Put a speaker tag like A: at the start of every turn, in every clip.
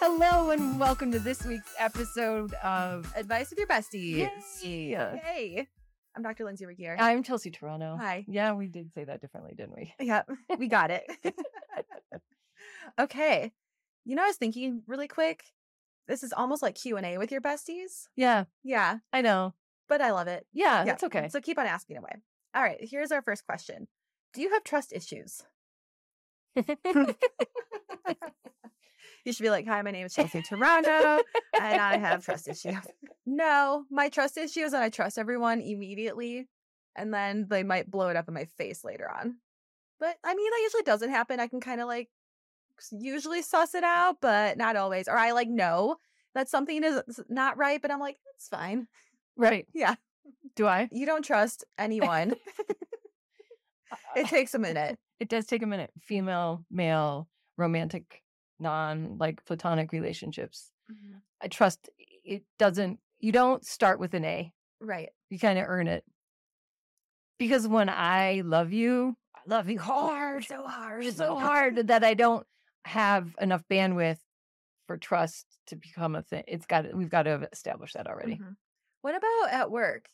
A: Hello and welcome to this week's episode of
B: Advice with your besties.
A: Yay.
B: Hey, I'm Dr. Lindsay Rigier.
A: I'm Chelsea Toronto.
B: Hi.
A: Yeah, we did say that differently, didn't we?
B: Yep, we got it. okay. You know, I was thinking really quick. This is almost like Q&A with your besties.
A: Yeah,
B: Yeah,
A: I know.
B: but I love it.
A: Yeah,
B: Yeah,
A: that's okay.
B: So keep on asking away. All right, here's our first question. Do you have trust issues? You should be like, hi, my name is Chelsea Toronto, and I have trust issues. No, my trust issue is that I trust everyone immediately, and then they might blow it up in my face later on. But I mean, that usually doesn't happen. I can kind of like s- usually suss it out, but not always. Or I like know that something is s- not right, but I'm like, it's fine.
A: right.
B: Yeah.
A: Do I?
B: You don't trust anyone. it takes a minute.
A: It does take a minute. Female, male, romantic, non like platonic relationships.
B: mm-hmm.
A: I trust it doesn't, you don't start with an A.
B: Right.
A: you kind of earn it. Because when I love you, I love you hard, so hard, so hard that I don't have enough bandwidth for trust to become a thing. It's got to, we've got to establish that already.
B: Mhm. What about at work?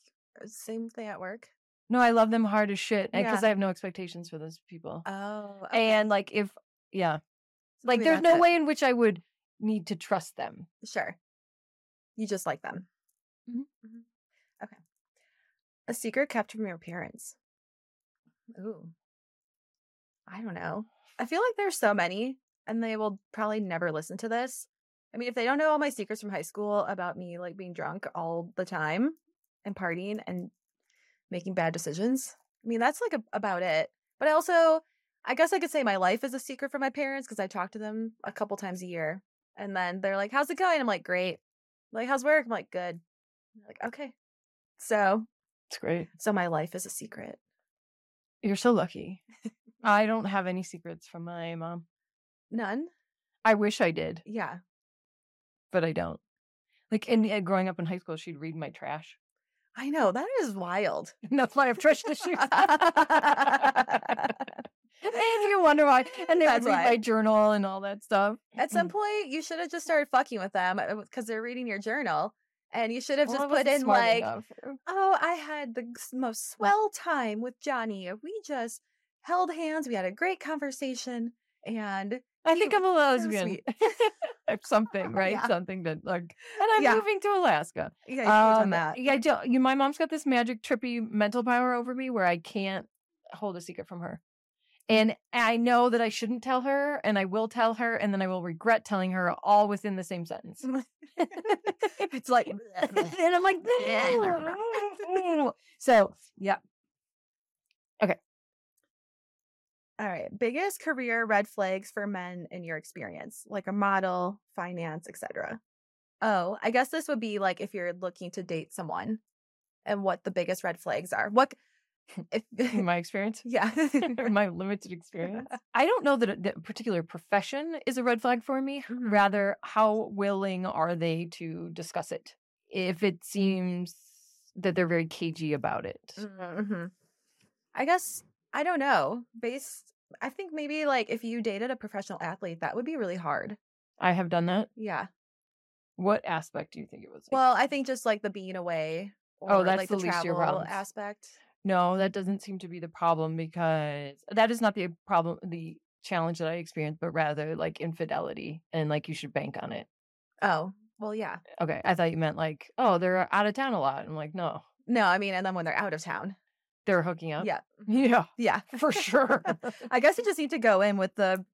B: Same thing at work.
A: No, I love them hard as shit because
B: Yeah.
A: I have no expectations for those people.
B: Oh,
A: And like if yeah,
B: So
A: like
B: maybe
A: there's
B: that's
A: no
B: it.
A: way in which I would need to trust them.
B: Sure. You just like them.
A: Mhm.
B: Mhm. Okay. A secret kept from your parents. Ooh. I don't know. I feel like there's so many, and they will probably never listen to this. I mean, if they don't know all my secrets from high school about me like being drunk all the time and partying and making bad decisions, I mean, that's like a- about it. But I also, I guess I could say my life is a secret from my parents because I talk to them a couple times a year. And then they're like, "How's it going?" I'm like, "Great." Like, "How's work?" I'm like, "Good." They're like, "Okay." So,
A: It's great.
B: so my life is a secret.
A: You're so lucky. I don't have any secrets from my mom.
B: None.
A: I wish I did.
B: Yeah.
A: but I don't. Like in uh, growing up in high school, she'd read my trash.
B: I know that is wild.
A: And that's why I have trash issues. and you wonder why. And they
B: That's
A: would read
B: why.
A: my journal and all that stuff.
B: At some point, you should have just started fucking with them because they're reading your journal, and you should have
A: Well, I
B: just put
A: wasn't
B: in
A: smart
B: like,
A: enough.
B: "Oh, I had the g- s- most swell time with Johnny. We just held hands. We had a great conversation, and
A: I think
B: you-
A: I'm a
B: so
A: lesbian.
B: sweet."
A: or something, right?
B: Yeah.
A: Something that like. And I'm
B: Yeah.
A: moving to Alaska.
B: yeah, you should've done
A: Um,
B: that.
A: Yeah, I don't- you, my mom's got this magic trippy mental power over me where I can't hold a secret from her. And I know that I shouldn't tell her, and I will tell her, and then I will regret telling her all within the same sentence.
B: it's like
A: and I'm like, so yeah,
B: All right. Biggest career red flags for men in your experience, like a model, finance, etc. Oh, I guess this would be like if you're looking to date someone and what the biggest red flags are. What c-
A: in
B: if
A: my experience,
B: yeah.
A: my limited experience, I don't know that a that a particular profession is a red flag for me. Rather, how willing are they to discuss it? If it seems that they're very cagey about it,
B: Mhm. I guess I don't know. Based I think maybe like if you dated a professional athlete, that would be really hard.
A: I have done that.
B: Yeah.
A: What aspect do you think it was? like?
B: Well, I think just like the being away or
A: Oh, that's
B: like
A: the least of your
B: travel
A: problems.
B: aspect.
A: No, that doesn't seem to be the problem because that is not the problem, the challenge that I experienced, but rather like infidelity and like you should bank on it.
B: Oh, well, yeah.
A: Okay, I thought you meant like, oh, they're out of town a lot. I'm like, no,
B: No, I mean, and then when they're out of town.
A: they're hooking up.
B: Yeah.
A: Yeah,
B: Yeah.
A: for sure.
B: I guess you just need to go in with the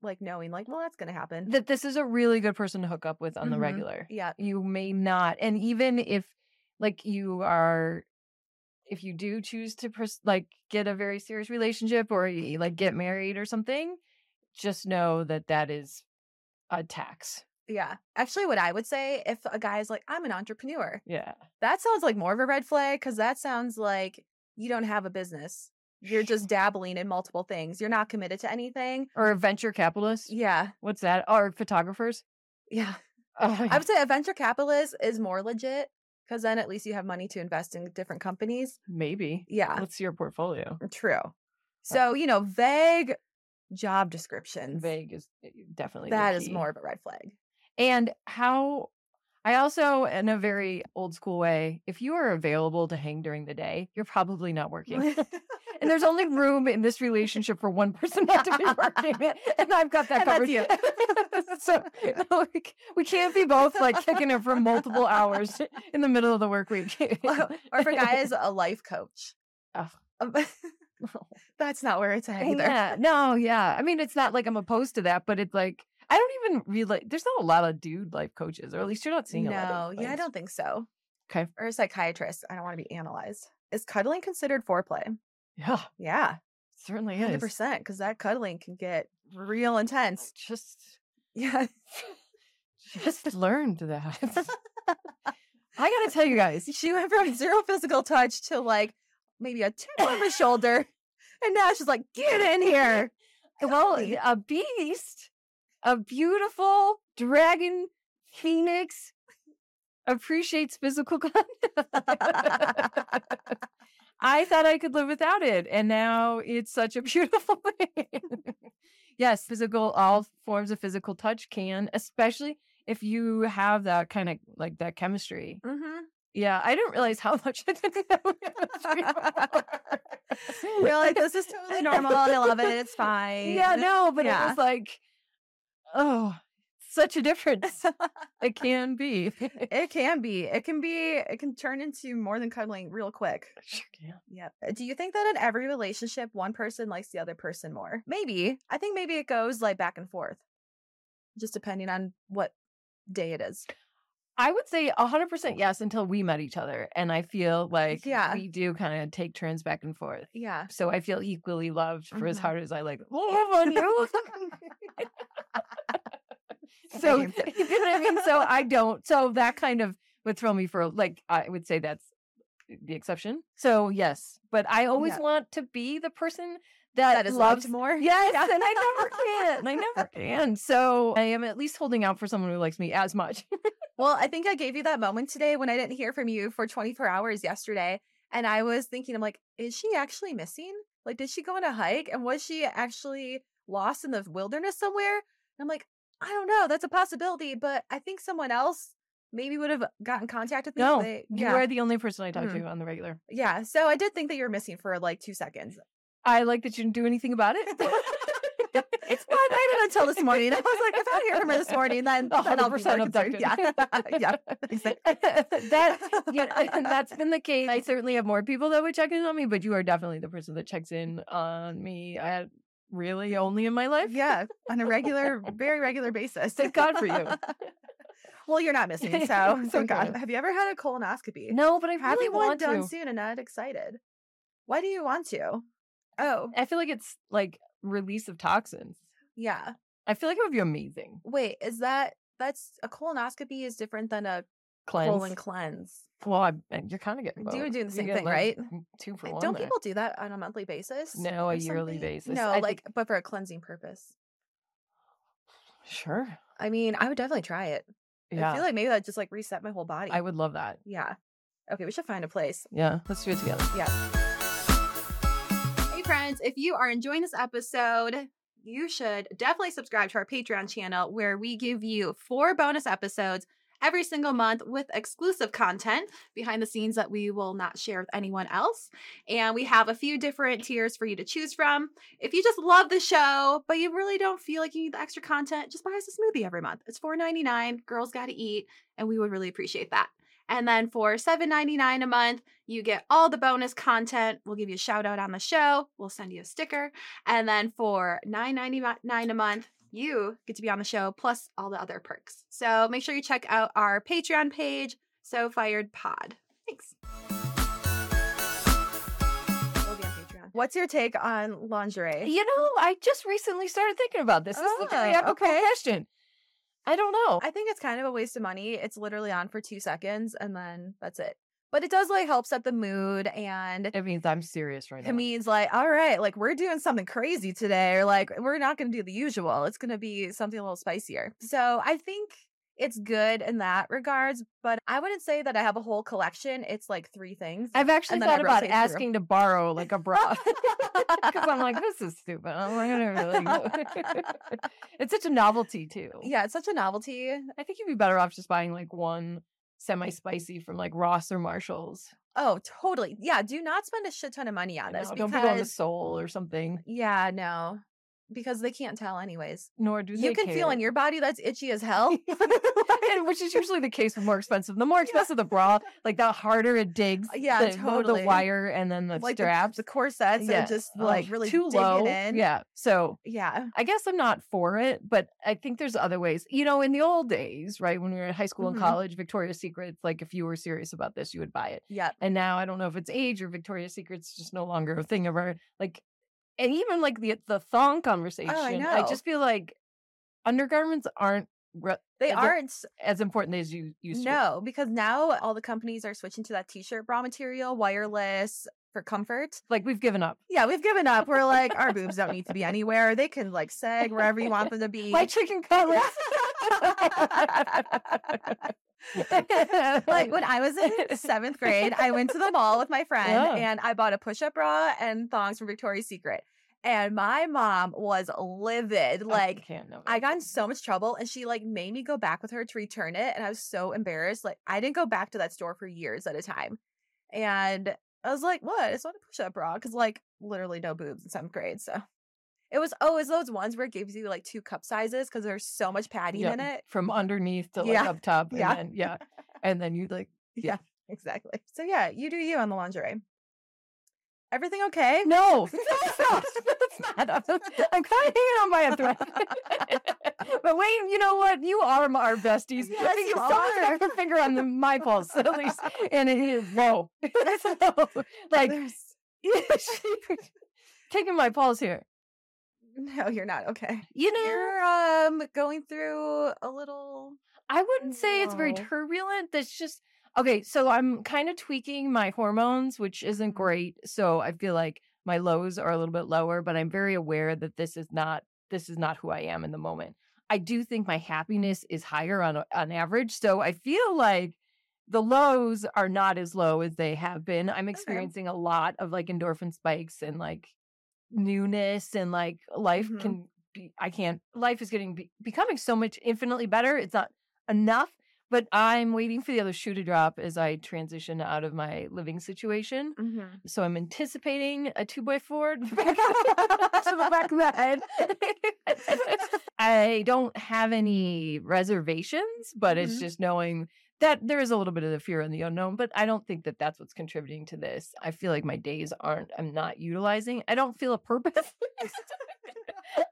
B: like knowing, like, well, that's gonna happen.
A: that this is a really good person to hook up with on the
B: Mhm.
A: regular.
B: yeah.
A: You may not. And even if like you are, if you do choose to pers- like get a very serious relationship or you, like get married or something, just know that that is a tax.
B: Yeah. Actually, what I would say if a guy's like, I'm an entrepreneur,
A: Yeah.
B: that sounds like more of a red flag because that sounds like you don't have a business. You're just dabbling in multiple things. You're not committed to anything.
A: Or venture capitalists.
B: Yeah.
A: What's that? Or photographers.
B: Yeah.
A: Oh,
B: I would say a venture capitalist is more legit because then at least you have money to invest in different companies.
A: maybe.
B: Yeah.
A: What's your portfolio?
B: True. So, you know, vague job descriptions.
A: Vague is eh, definitely the
B: That is
A: key.
B: more of a red flag.
A: And how I also, in a very old school way, if you are available to hang during the day, you're probably not working. and there's only room in this relationship for one person not to be working. And I've got that
B: And that's
A: covered.
B: you.
A: so no, we, c- we can't be both like kicking it for multiple hours in the middle of the work week.
B: or or for guys, a life coach.
A: Ugh.
B: Um, That's not where it's at either.
A: Yeah. No, yeah. I mean, it's not like I'm opposed to that, but it's like I don't even realize there's not a lot of dude life coaches, or at least you're not seeing a lot.
B: No,
A: of
B: yeah, I
A: those.
B: don't think so.
A: Okay.
B: Or a psychiatrist. I don't want to be analyzed. Is cuddling considered foreplay?
A: Yeah,
B: Yeah,
A: certainly
B: hundred
A: is.
B: percent. Because that cuddling can get real intense.
A: Just,
B: Yeah.
A: just learned that. I gotta tell you guys,
B: She went from zero physical touch to like maybe a tip on the shoulder, and now she's like, "Get in here!"
A: well,
B: Golly.
A: a beast, a beautiful dragon phoenix appreciates physical contact. I thought I could live without it, and now it's such a beautiful thing. yes, physical, all forms of physical touch can, especially if you have that kind of like that chemistry.
B: Mm-hmm.
A: Yeah, I didn't realize how much I did that. with chemistry.
B: We're like, "This is totally normal, and I love it. It's fine."
A: Yeah, no, but
B: Yeah.
A: it was like, oh, such a difference it can be.
B: It can be. It can be. It can turn into more than cuddling real quick.
A: Sure can.
B: Yep. Uh, Do you think that in every relationship, one person likes the other person more? Maybe. I think maybe it goes like back and forth, just depending on what day it is.
A: I would say 100% yes until we met each other. And I feel like
B: Yeah.
A: we do kind of take turns back and forth.
B: Yeah.
A: So I feel equally loved for as
B: Mhm.
A: hard as I like love on you. so you know what I mean? So I don't. So that kind of would throw me for a- like I would say that's the exception. So yes, but I always
B: Oh, Yeah.
A: want to be the person that,
B: that is
A: loves
B: loved more.
A: Yes, and I never can. I never can. So I am at least holding out for someone who likes me as much.
B: Well, I think I gave you that moment today when I didn't hear from you for 24 hours yesterday. And I was thinking, I'm like, is she actually missing? Like, did she go on a hike? And was she actually lost in the wilderness somewhere? And I'm like, I don't know. That's a possibility. But I think someone else maybe would have gotten contact with me. if
A: No,
B: they-
A: you
B: yeah.
A: are the only person I talk
B: Mm.
A: to on the regular.
B: yeah. So I did think that you were missing for like two seconds.
A: I like that you didn't do anything about it.
B: It's well, I waited until this morning. I was like, if I don't hear from her this morning, then,
A: A
B: then I'll be more
A: 100%
B: concerned.
A: abducted.
B: Yeah. yeah.
A: that you know, and that's been the case. I certainly have more people that would check in on me, but you are definitely the person that checks in on me. At, really, only in my life.
B: Yeah, on a regular, very regular basis.
A: Thank God for you.
B: well, you're not missing, so
A: Thank
B: thank God.
A: you.
B: Have you ever had a colonoscopy?
A: No, but I
B: Have
A: really
B: you one
A: want
B: done
A: to.
B: soon? And not excited. Why do you want to? Oh,
A: I feel like it's like release of toxins.
B: yeah.
A: I feel like it would be amazing.
B: Wait, is that that's a colonoscopy is different than a
A: Cleanse.
B: colon cleanse?
A: Well, I, and you're kind of getting.
B: Do you
A: both.
B: do the same
A: get,
B: thing,
A: like,
B: right?
A: m- Two for
B: Uh,
A: one.
B: Don't
A: there.
B: people do that on a monthly basis?
A: No, a
B: or
A: yearly
B: something?
A: basis.
B: No,
A: I think-
B: like, but for a cleansing purpose.
A: Sure.
B: I mean, I would definitely try it.
A: Yeah.
B: I feel like maybe that just like reset my whole body.
A: I would love that.
B: yeah. Okay, we should find a place.
A: Yeah. Let's do it together.
B: Hey, friends, if you are enjoying this episode, you should definitely subscribe to our Patreon channel where we give you four bonus episodes every single month with exclusive content behind the scenes that we will not share with anyone else. And we have a few different tiers for you to choose from. If you just love the show, but you really don't feel like you need the extra content, just buy us a smoothie every month. It's $4.99. Girls got to eat, and we would really appreciate that. And then for $7.99 a month, you get all the bonus content. We'll give you a shout out on the show. We'll send you a sticker. And then for $9.99 a month, you get to be on the show plus all the other perks. So make sure you check out our Patreon page, So Fired Pod. Thanks. What's your take on lingerie?
A: You know, I just recently started thinking about this. This is a very
B: Ah,
A: ethical
B: okay.
A: question. I don't know.
B: I think it's kind of a waste of money. It's literally on for two seconds and then that's it. But it does like help set the mood and
A: It means I'm serious right
B: It
A: now.
B: means like, all right, like we're doing something crazy today, or like we're not going to do the usual. It's going to be something a little spicier. So I think it's good in that regards, but I wouldn't say that I have a whole collection. It's like three things.
A: I've actually
B: And then I
A: thought about
B: rotate through 'em.
A: asking to borrow like a bra because I'm like, this is stupid. I'm not gonna really. it's such a novelty too.
B: yeah, it's such a novelty.
A: I think you'd be better off just buying like one semi-spicy from like Ross or Marshalls.
B: Oh, totally. Yeah, do not spend a shit ton of money on
A: you
B: this
A: know,
B: because
A: Don't put on the soul or something.
B: yeah, no, because they can't tell anyways.
A: Nor do
B: You
A: they
B: can feel in
A: care.
B: your body that's itchy as hell.
A: And which is usually the case with more expensive. The more expensive the bra, like the harder it digs.
B: Yeah,
A: the, the-
B: totally.
A: The wire and then the
B: like the-
A: straps.
B: the, corsets are just
A: Ugh,
B: like really
A: Oh, too
B: digging
A: low.
B: in.
A: Yeah. So
B: yeah.
A: I guess I'm not for it, but I think there's other ways. You know, in the old days, right, when we were in high school
B: Mhm.
A: and college, Victoria's Secret, like if you were serious about this, you would buy it.
B: Yep.
A: And now I don't know if it's age or Victoria's Secret's just no longer a thing of our like and even like the the thong conversation.
B: Oh, know.
A: just feel like undergarments aren't re-
B: They
A: Yeah, they're-
B: aren't
A: as important as you used to.
B: No, because now all the companies are switching to that t-shirt bra material, wireless for comfort.
A: Like we've given up.
B: Yeah, we've given up. We're like, our boobs don't need to be anywhere. They can like sag wherever you want them to be.
A: My chicken cutlets.
B: like when I was in seventh grade, I went to the mall with my friend
A: Yeah.
B: and I bought a push-up bra and thongs from Victoria's Secret. And my mom was livid.
A: Oh.
B: Like
A: can't know.
B: I got in so much trouble and she like made me go back with her to return it and I was so embarrassed. Like I didn't go back to that store for years at a time. And I was like, what? It's not a push-up bra. Cause like literally no boobs in seventh grade. So it was oh, it's those ones where it gives you like two cup sizes because there's so much padding
A: Yeah,
B: in it.
A: from underneath to like
B: Yeah.
A: up top. And
B: Yeah.
A: Then, yeah. And then you like
B: Exactly. So yeah, you do you on the lingerie. Everything okay?
A: no, that's not. That's not I'm kind of hanging on by a thread. but wait, you know what? You are my- our besties. I
B: Yes,
A: think
B: you
A: someone's got
B: are.
A: their finger on the, my pulse at least, and it is low. That's low. Like
B: There's-
A: taking my pulse here.
B: no, you're not okay.
A: You know,
B: You're um going through a little
A: I wouldn't say it's very
B: No.
A: turbulent. That's just okay. So I'm kind of tweaking my hormones, which isn't great. So I feel like my lows are a little bit lower, but I'm very aware that this is not this is not who I am in the moment. I do think my happiness is higher on a- on average. So I feel like the lows are not as low as they have been. I'm experiencing a lot of like endorphin spikes and like newness and like life
B: Mhm.
A: can be I can't life is getting be, becoming so much infinitely better. It's not enough, but I'm waiting for the other shoe to drop as I transition out of my living situation. So I'm anticipating a two by four to the back of the head. I don't have any reservations, but
B: Mhm.
A: it's just knowing that there is a little bit of the fear and the unknown. But I don't think that that's what's contributing to this. I feel like my days aren't. I'm not utilizing. I don't feel a purpose.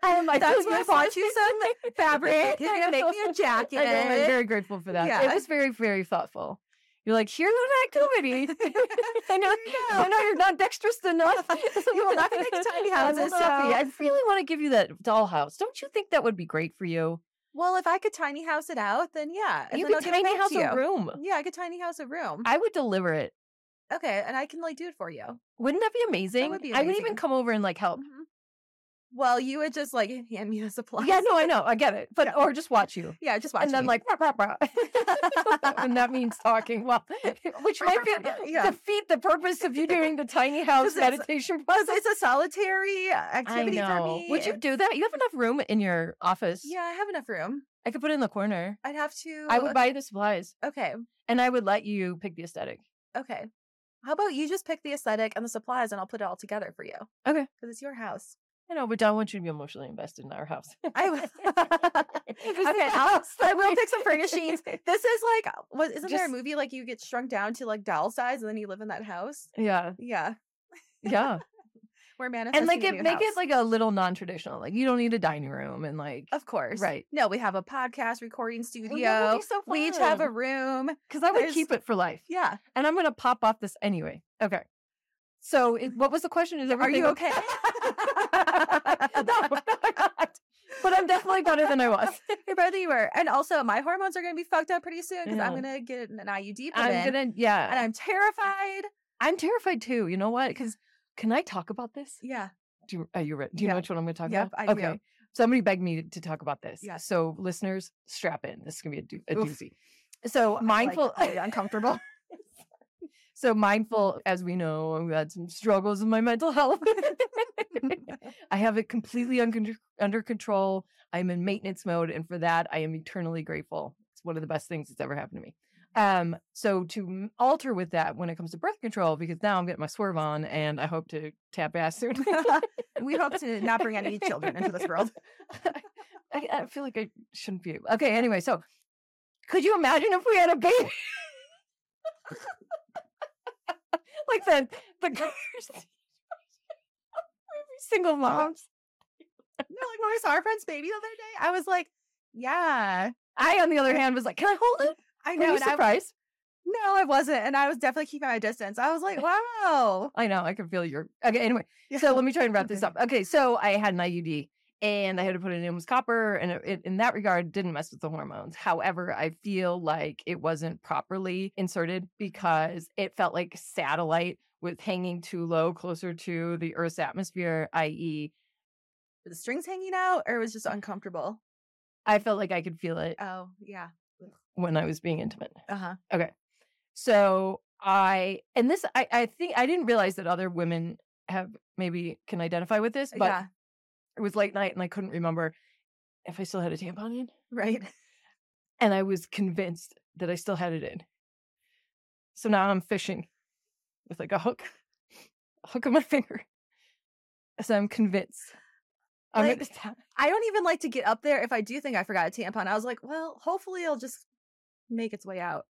A: um, I
B: That's
A: feel
B: why I bought you
A: useless.
B: fabric. You're gonna make me a
A: I know, I'm
B: jacket.
A: very grateful for that.
B: Yeah.
A: It was very, very thoughtful. You're like, here's an activity. I know, I know you're not dexterous enough.
B: You will not make tiny
A: I will
B: houses,
A: not be.
B: so-
A: I really want to give you that dollhouse. Don't you think that would be great for you?
B: Well, if I could tiny house it out, then yeah. and
A: you
B: then I'll
A: could
B: give it
A: tiny
B: back
A: house
B: to
A: a
B: you.
A: room.
B: Yeah, I could tiny house a room.
A: I would deliver it.
B: okay, and I can like do it for you.
A: Wouldn't that be amazing?
B: be
A: I would
B: amazing.
A: even come over and like help.
B: Mhm. Well, you would just like hand me the supplies.
A: Mm-hmm. Yeah, no, I know, I get it, but or just watch you.
B: yeah, just watch.
A: and then
B: me.
A: like rah, rah, rah. and that means talking well which might be
B: Yeah.
A: defeat the purpose of you doing the tiny house
B: it's-
A: meditation
B: Oh, It's-
A: process
B: it's a solitary uh, activity for me.
A: would you
B: and-
A: do that you have enough room in your office
B: Yeah, I have enough room.
A: i could put it in the corner
B: I'd have to.
A: i would buy you the supplies
B: Okay,
A: and i would let you pick the aesthetic
B: okay. How about you just pick the aesthetic and the supplies, and I'll put it all together for you.
A: Okay.
B: because it's your house.
A: I know, but I want you to be emotionally invested in our house.
B: I will-
A: This is
B: Okay,
A: the
B: I'll-
A: house
B: I
A: that
B: will
A: we-
B: pick some furnishings. This is like, was isn't there a
A: Just-
B: movie like you get shrunk down to like doll size and then you live in that house?
A: Yeah,
B: Yeah,
A: yeah,
B: we're manifesting.
A: and like
B: a
A: it,
B: new
A: make
B: house.
A: it like a little non-traditional. Like you don't need a dining room, and like
B: of course,
A: right.
B: No, we have a podcast recording
A: Well, that
B: studio.
A: would be so
B: We each have a
A: fun.
B: room.
A: Because I would
B: There's-
A: keep it for life.
B: Yeah,
A: And I'm going to pop off this anyway. Okay. So, it, what was the question? Is
B: are
A: everything
B: you okay?
A: no, no, I'm not. But I'm definitely better than I was.
B: You're better than you were. And also, my hormones are gonna be fucked up pretty soon because I'm
A: Yeah.
B: gonna get an IUD put in,
A: I'm going to, yeah.
B: and I'm terrified.
A: I'm terrified too. You know what? Because can I talk about this?
B: Yeah,
A: Do you, are you ready? Do you
B: Yeah.
A: know which one I'm going to talk
B: Yep,
A: about?
B: I do.
A: okay. somebody begged me to talk about this.
B: Yes.
A: So listeners, strap in. This is gonna be a, do- a
B: Oof.
A: doozy. So mindful.
B: Like, really uncomfortable.
A: so mindful, as we know, I've had some struggles with my mental health. I have it completely un- under control. I'm in maintenance mode, and for that, I am eternally grateful. It's one of the best things that's ever happened to me. Um, so to m- alter with that when it comes to birth control, because now I'm getting my swerve on, and I hope to tap ass soon.
B: we hope to not bring any children into this world.
A: I, I feel like I shouldn't be. Okay, anyway, so could you imagine if we had a baby? like the the conversation. Every single moms.
B: No, like when we saw our friend's baby the other day, I was like, yeah,
A: I, on the other hand, was like, "Can I hold it?"
B: I
A: Were
B: know.
A: you
B: And I,
A: surprised?
B: no, I wasn't. And I was definitely keeping my distance. I was like, wow.
A: I know. I can feel your. Okay. Anyway,
B: Yeah.
A: so let me try and wrap this
B: Okay.
A: up. Okay, so I had an IUD and I had to put it in with copper, and it, it, in that regard, didn't mess with the hormones. However, I feel like it wasn't properly inserted because it felt like satellite with hanging too low, closer to the Earth's atmosphere, E, i.e.,
B: Were the strings hanging out or it was just uncomfortable?
A: I felt like I could feel it
B: Oh, yeah.
A: when I was being intimate.
B: Uh huh.
A: So I, and this, I, I think I didn't realize that other women have maybe can identify with this, but
B: Yeah.
A: it was late night and I couldn't remember if I still had a tampon in.
B: Right.
A: and I was convinced that I still had it in. So now I'm fishing with like a hook, a hook on my finger. So I'm convinced. I'm
B: Like-
A: at this time.
B: I don't even like to get up there if I do think I forgot a tampon. I was like, well, hopefully it'll just make its way out.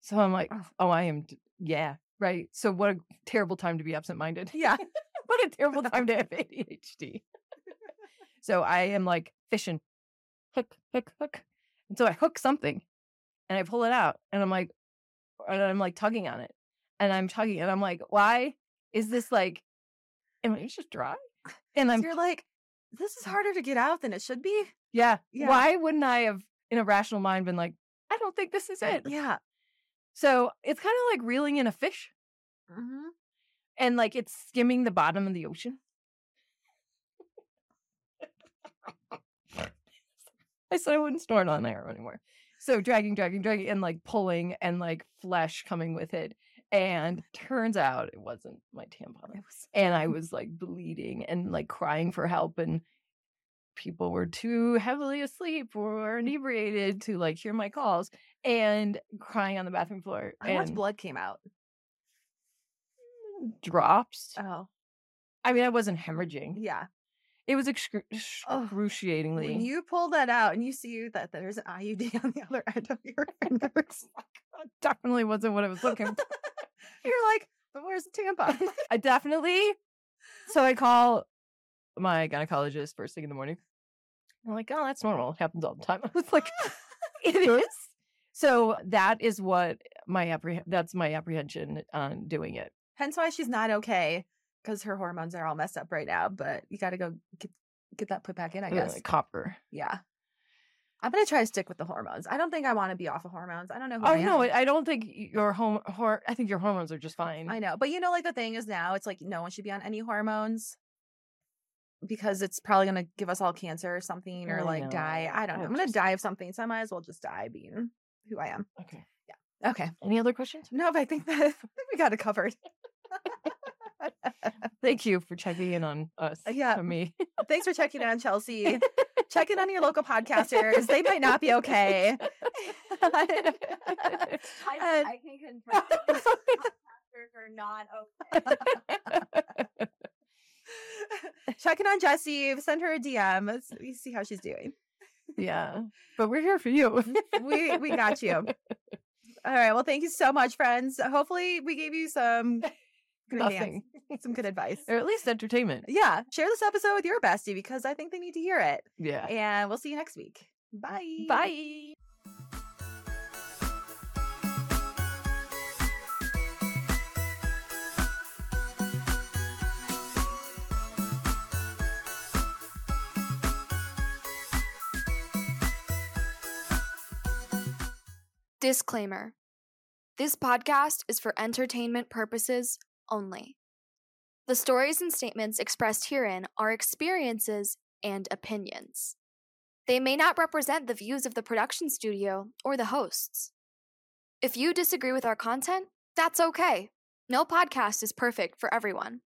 A: So I'm like,
B: Ugh.
A: oh, I am. d- Yeah, right. So what a terrible time to be absent-minded.
B: Yeah.
A: what a terrible time to have ADHD. so I am like fishing, hook, hook, hook, and so I hook something, and I pull it out, and I'm like, and I'm like tugging on it, and I'm tugging, and I'm like, why is this like, am I just dry? And
B: So
A: I'm
B: you're like, this is harder to get out than it should be.
A: yeah,
B: Yeah.
A: Why wouldn't I have in a rational mind been like, I don't think this is it.
B: Yeah.
A: So it's kind of like reeling in a fish,
B: hmm
A: and like it's skimming the bottom of the ocean. I said I wouldn't snort on air anymore. So dragging, dragging, dragging, and like pulling and like flesh coming with it. And turns out it wasn't my tampon.
B: It was
A: And I was like bleeding and like crying for help. And people were too heavily asleep or inebriated to like hear my calls and crying on the bathroom floor.
B: how much
A: and
B: blood came out.
A: drops.
B: Oh,
A: I mean, I wasn't hemorrhaging.
B: yeah.
A: It was excru-
B: Oh, when
A: excruciatingly.
B: When you pull that out and you see that there's an IUD on the other end of your finger, it's
A: That oh definitely wasn't what I was looking for.
B: you're like, but where's the tampon?
A: I definitely. So I call my gynecologist first thing in the morning. I'm like, oh, that's normal. It happens all the time. I was like, it is. So that is what my appreh- that's my apprehension on doing it.
B: Hence why she's not okay because her hormones are all messed up right now. But you got to go get get that put back in, I
A: Uh,
B: guess.
A: copper.
B: Yeah. I'm gonna try to stick with the hormones. I don't think I want to be off of hormones. I don't know. Who
A: Oh
B: I
A: no,
B: am.
A: I I don't think your home. Hor- I think your hormones are just fine.
B: I know, but you know, like the thing is now, it's like no one should be on any hormones because it's probably gonna give us all cancer or something, or
A: I
B: like
A: know.
B: die. I don't know.
A: Oh,
B: I'm gonna
A: just-
B: die of something, so I might as well just die being who I am.
A: okay.
B: Okay.
A: Any other questions?
B: No, but I think that I think we got it covered.
A: Thank you for checking in on us.
B: Yeah.
A: on me.
B: Thanks for checking in on Chelsea. Check in on your local podcasters. They might not be okay. Uh,
C: I,
B: And-
C: I can confirm that these podcasters are not okay.
B: Check in on Jesse. Send her a DM. Let's we see how she's doing.
A: yeah, but we're here for you.
B: we we got you. All right. Well, thank you so much, friends. Hopefully, we gave you some good advice.
A: Nothing.
B: Some good advice.
A: or at least entertainment.
B: Yeah. Share this episode with your bestie because I think they need to hear it.
A: Yeah.
B: And we'll see you next week. Bye.
A: Bye.
C: Disclaimer This podcast is for entertainment purposes only. The stories and statements expressed herein are experiences
D: and opinions. They may not represent the views of the production studio or the hosts. If you disagree with our content, that's okay. No podcast is perfect for everyone.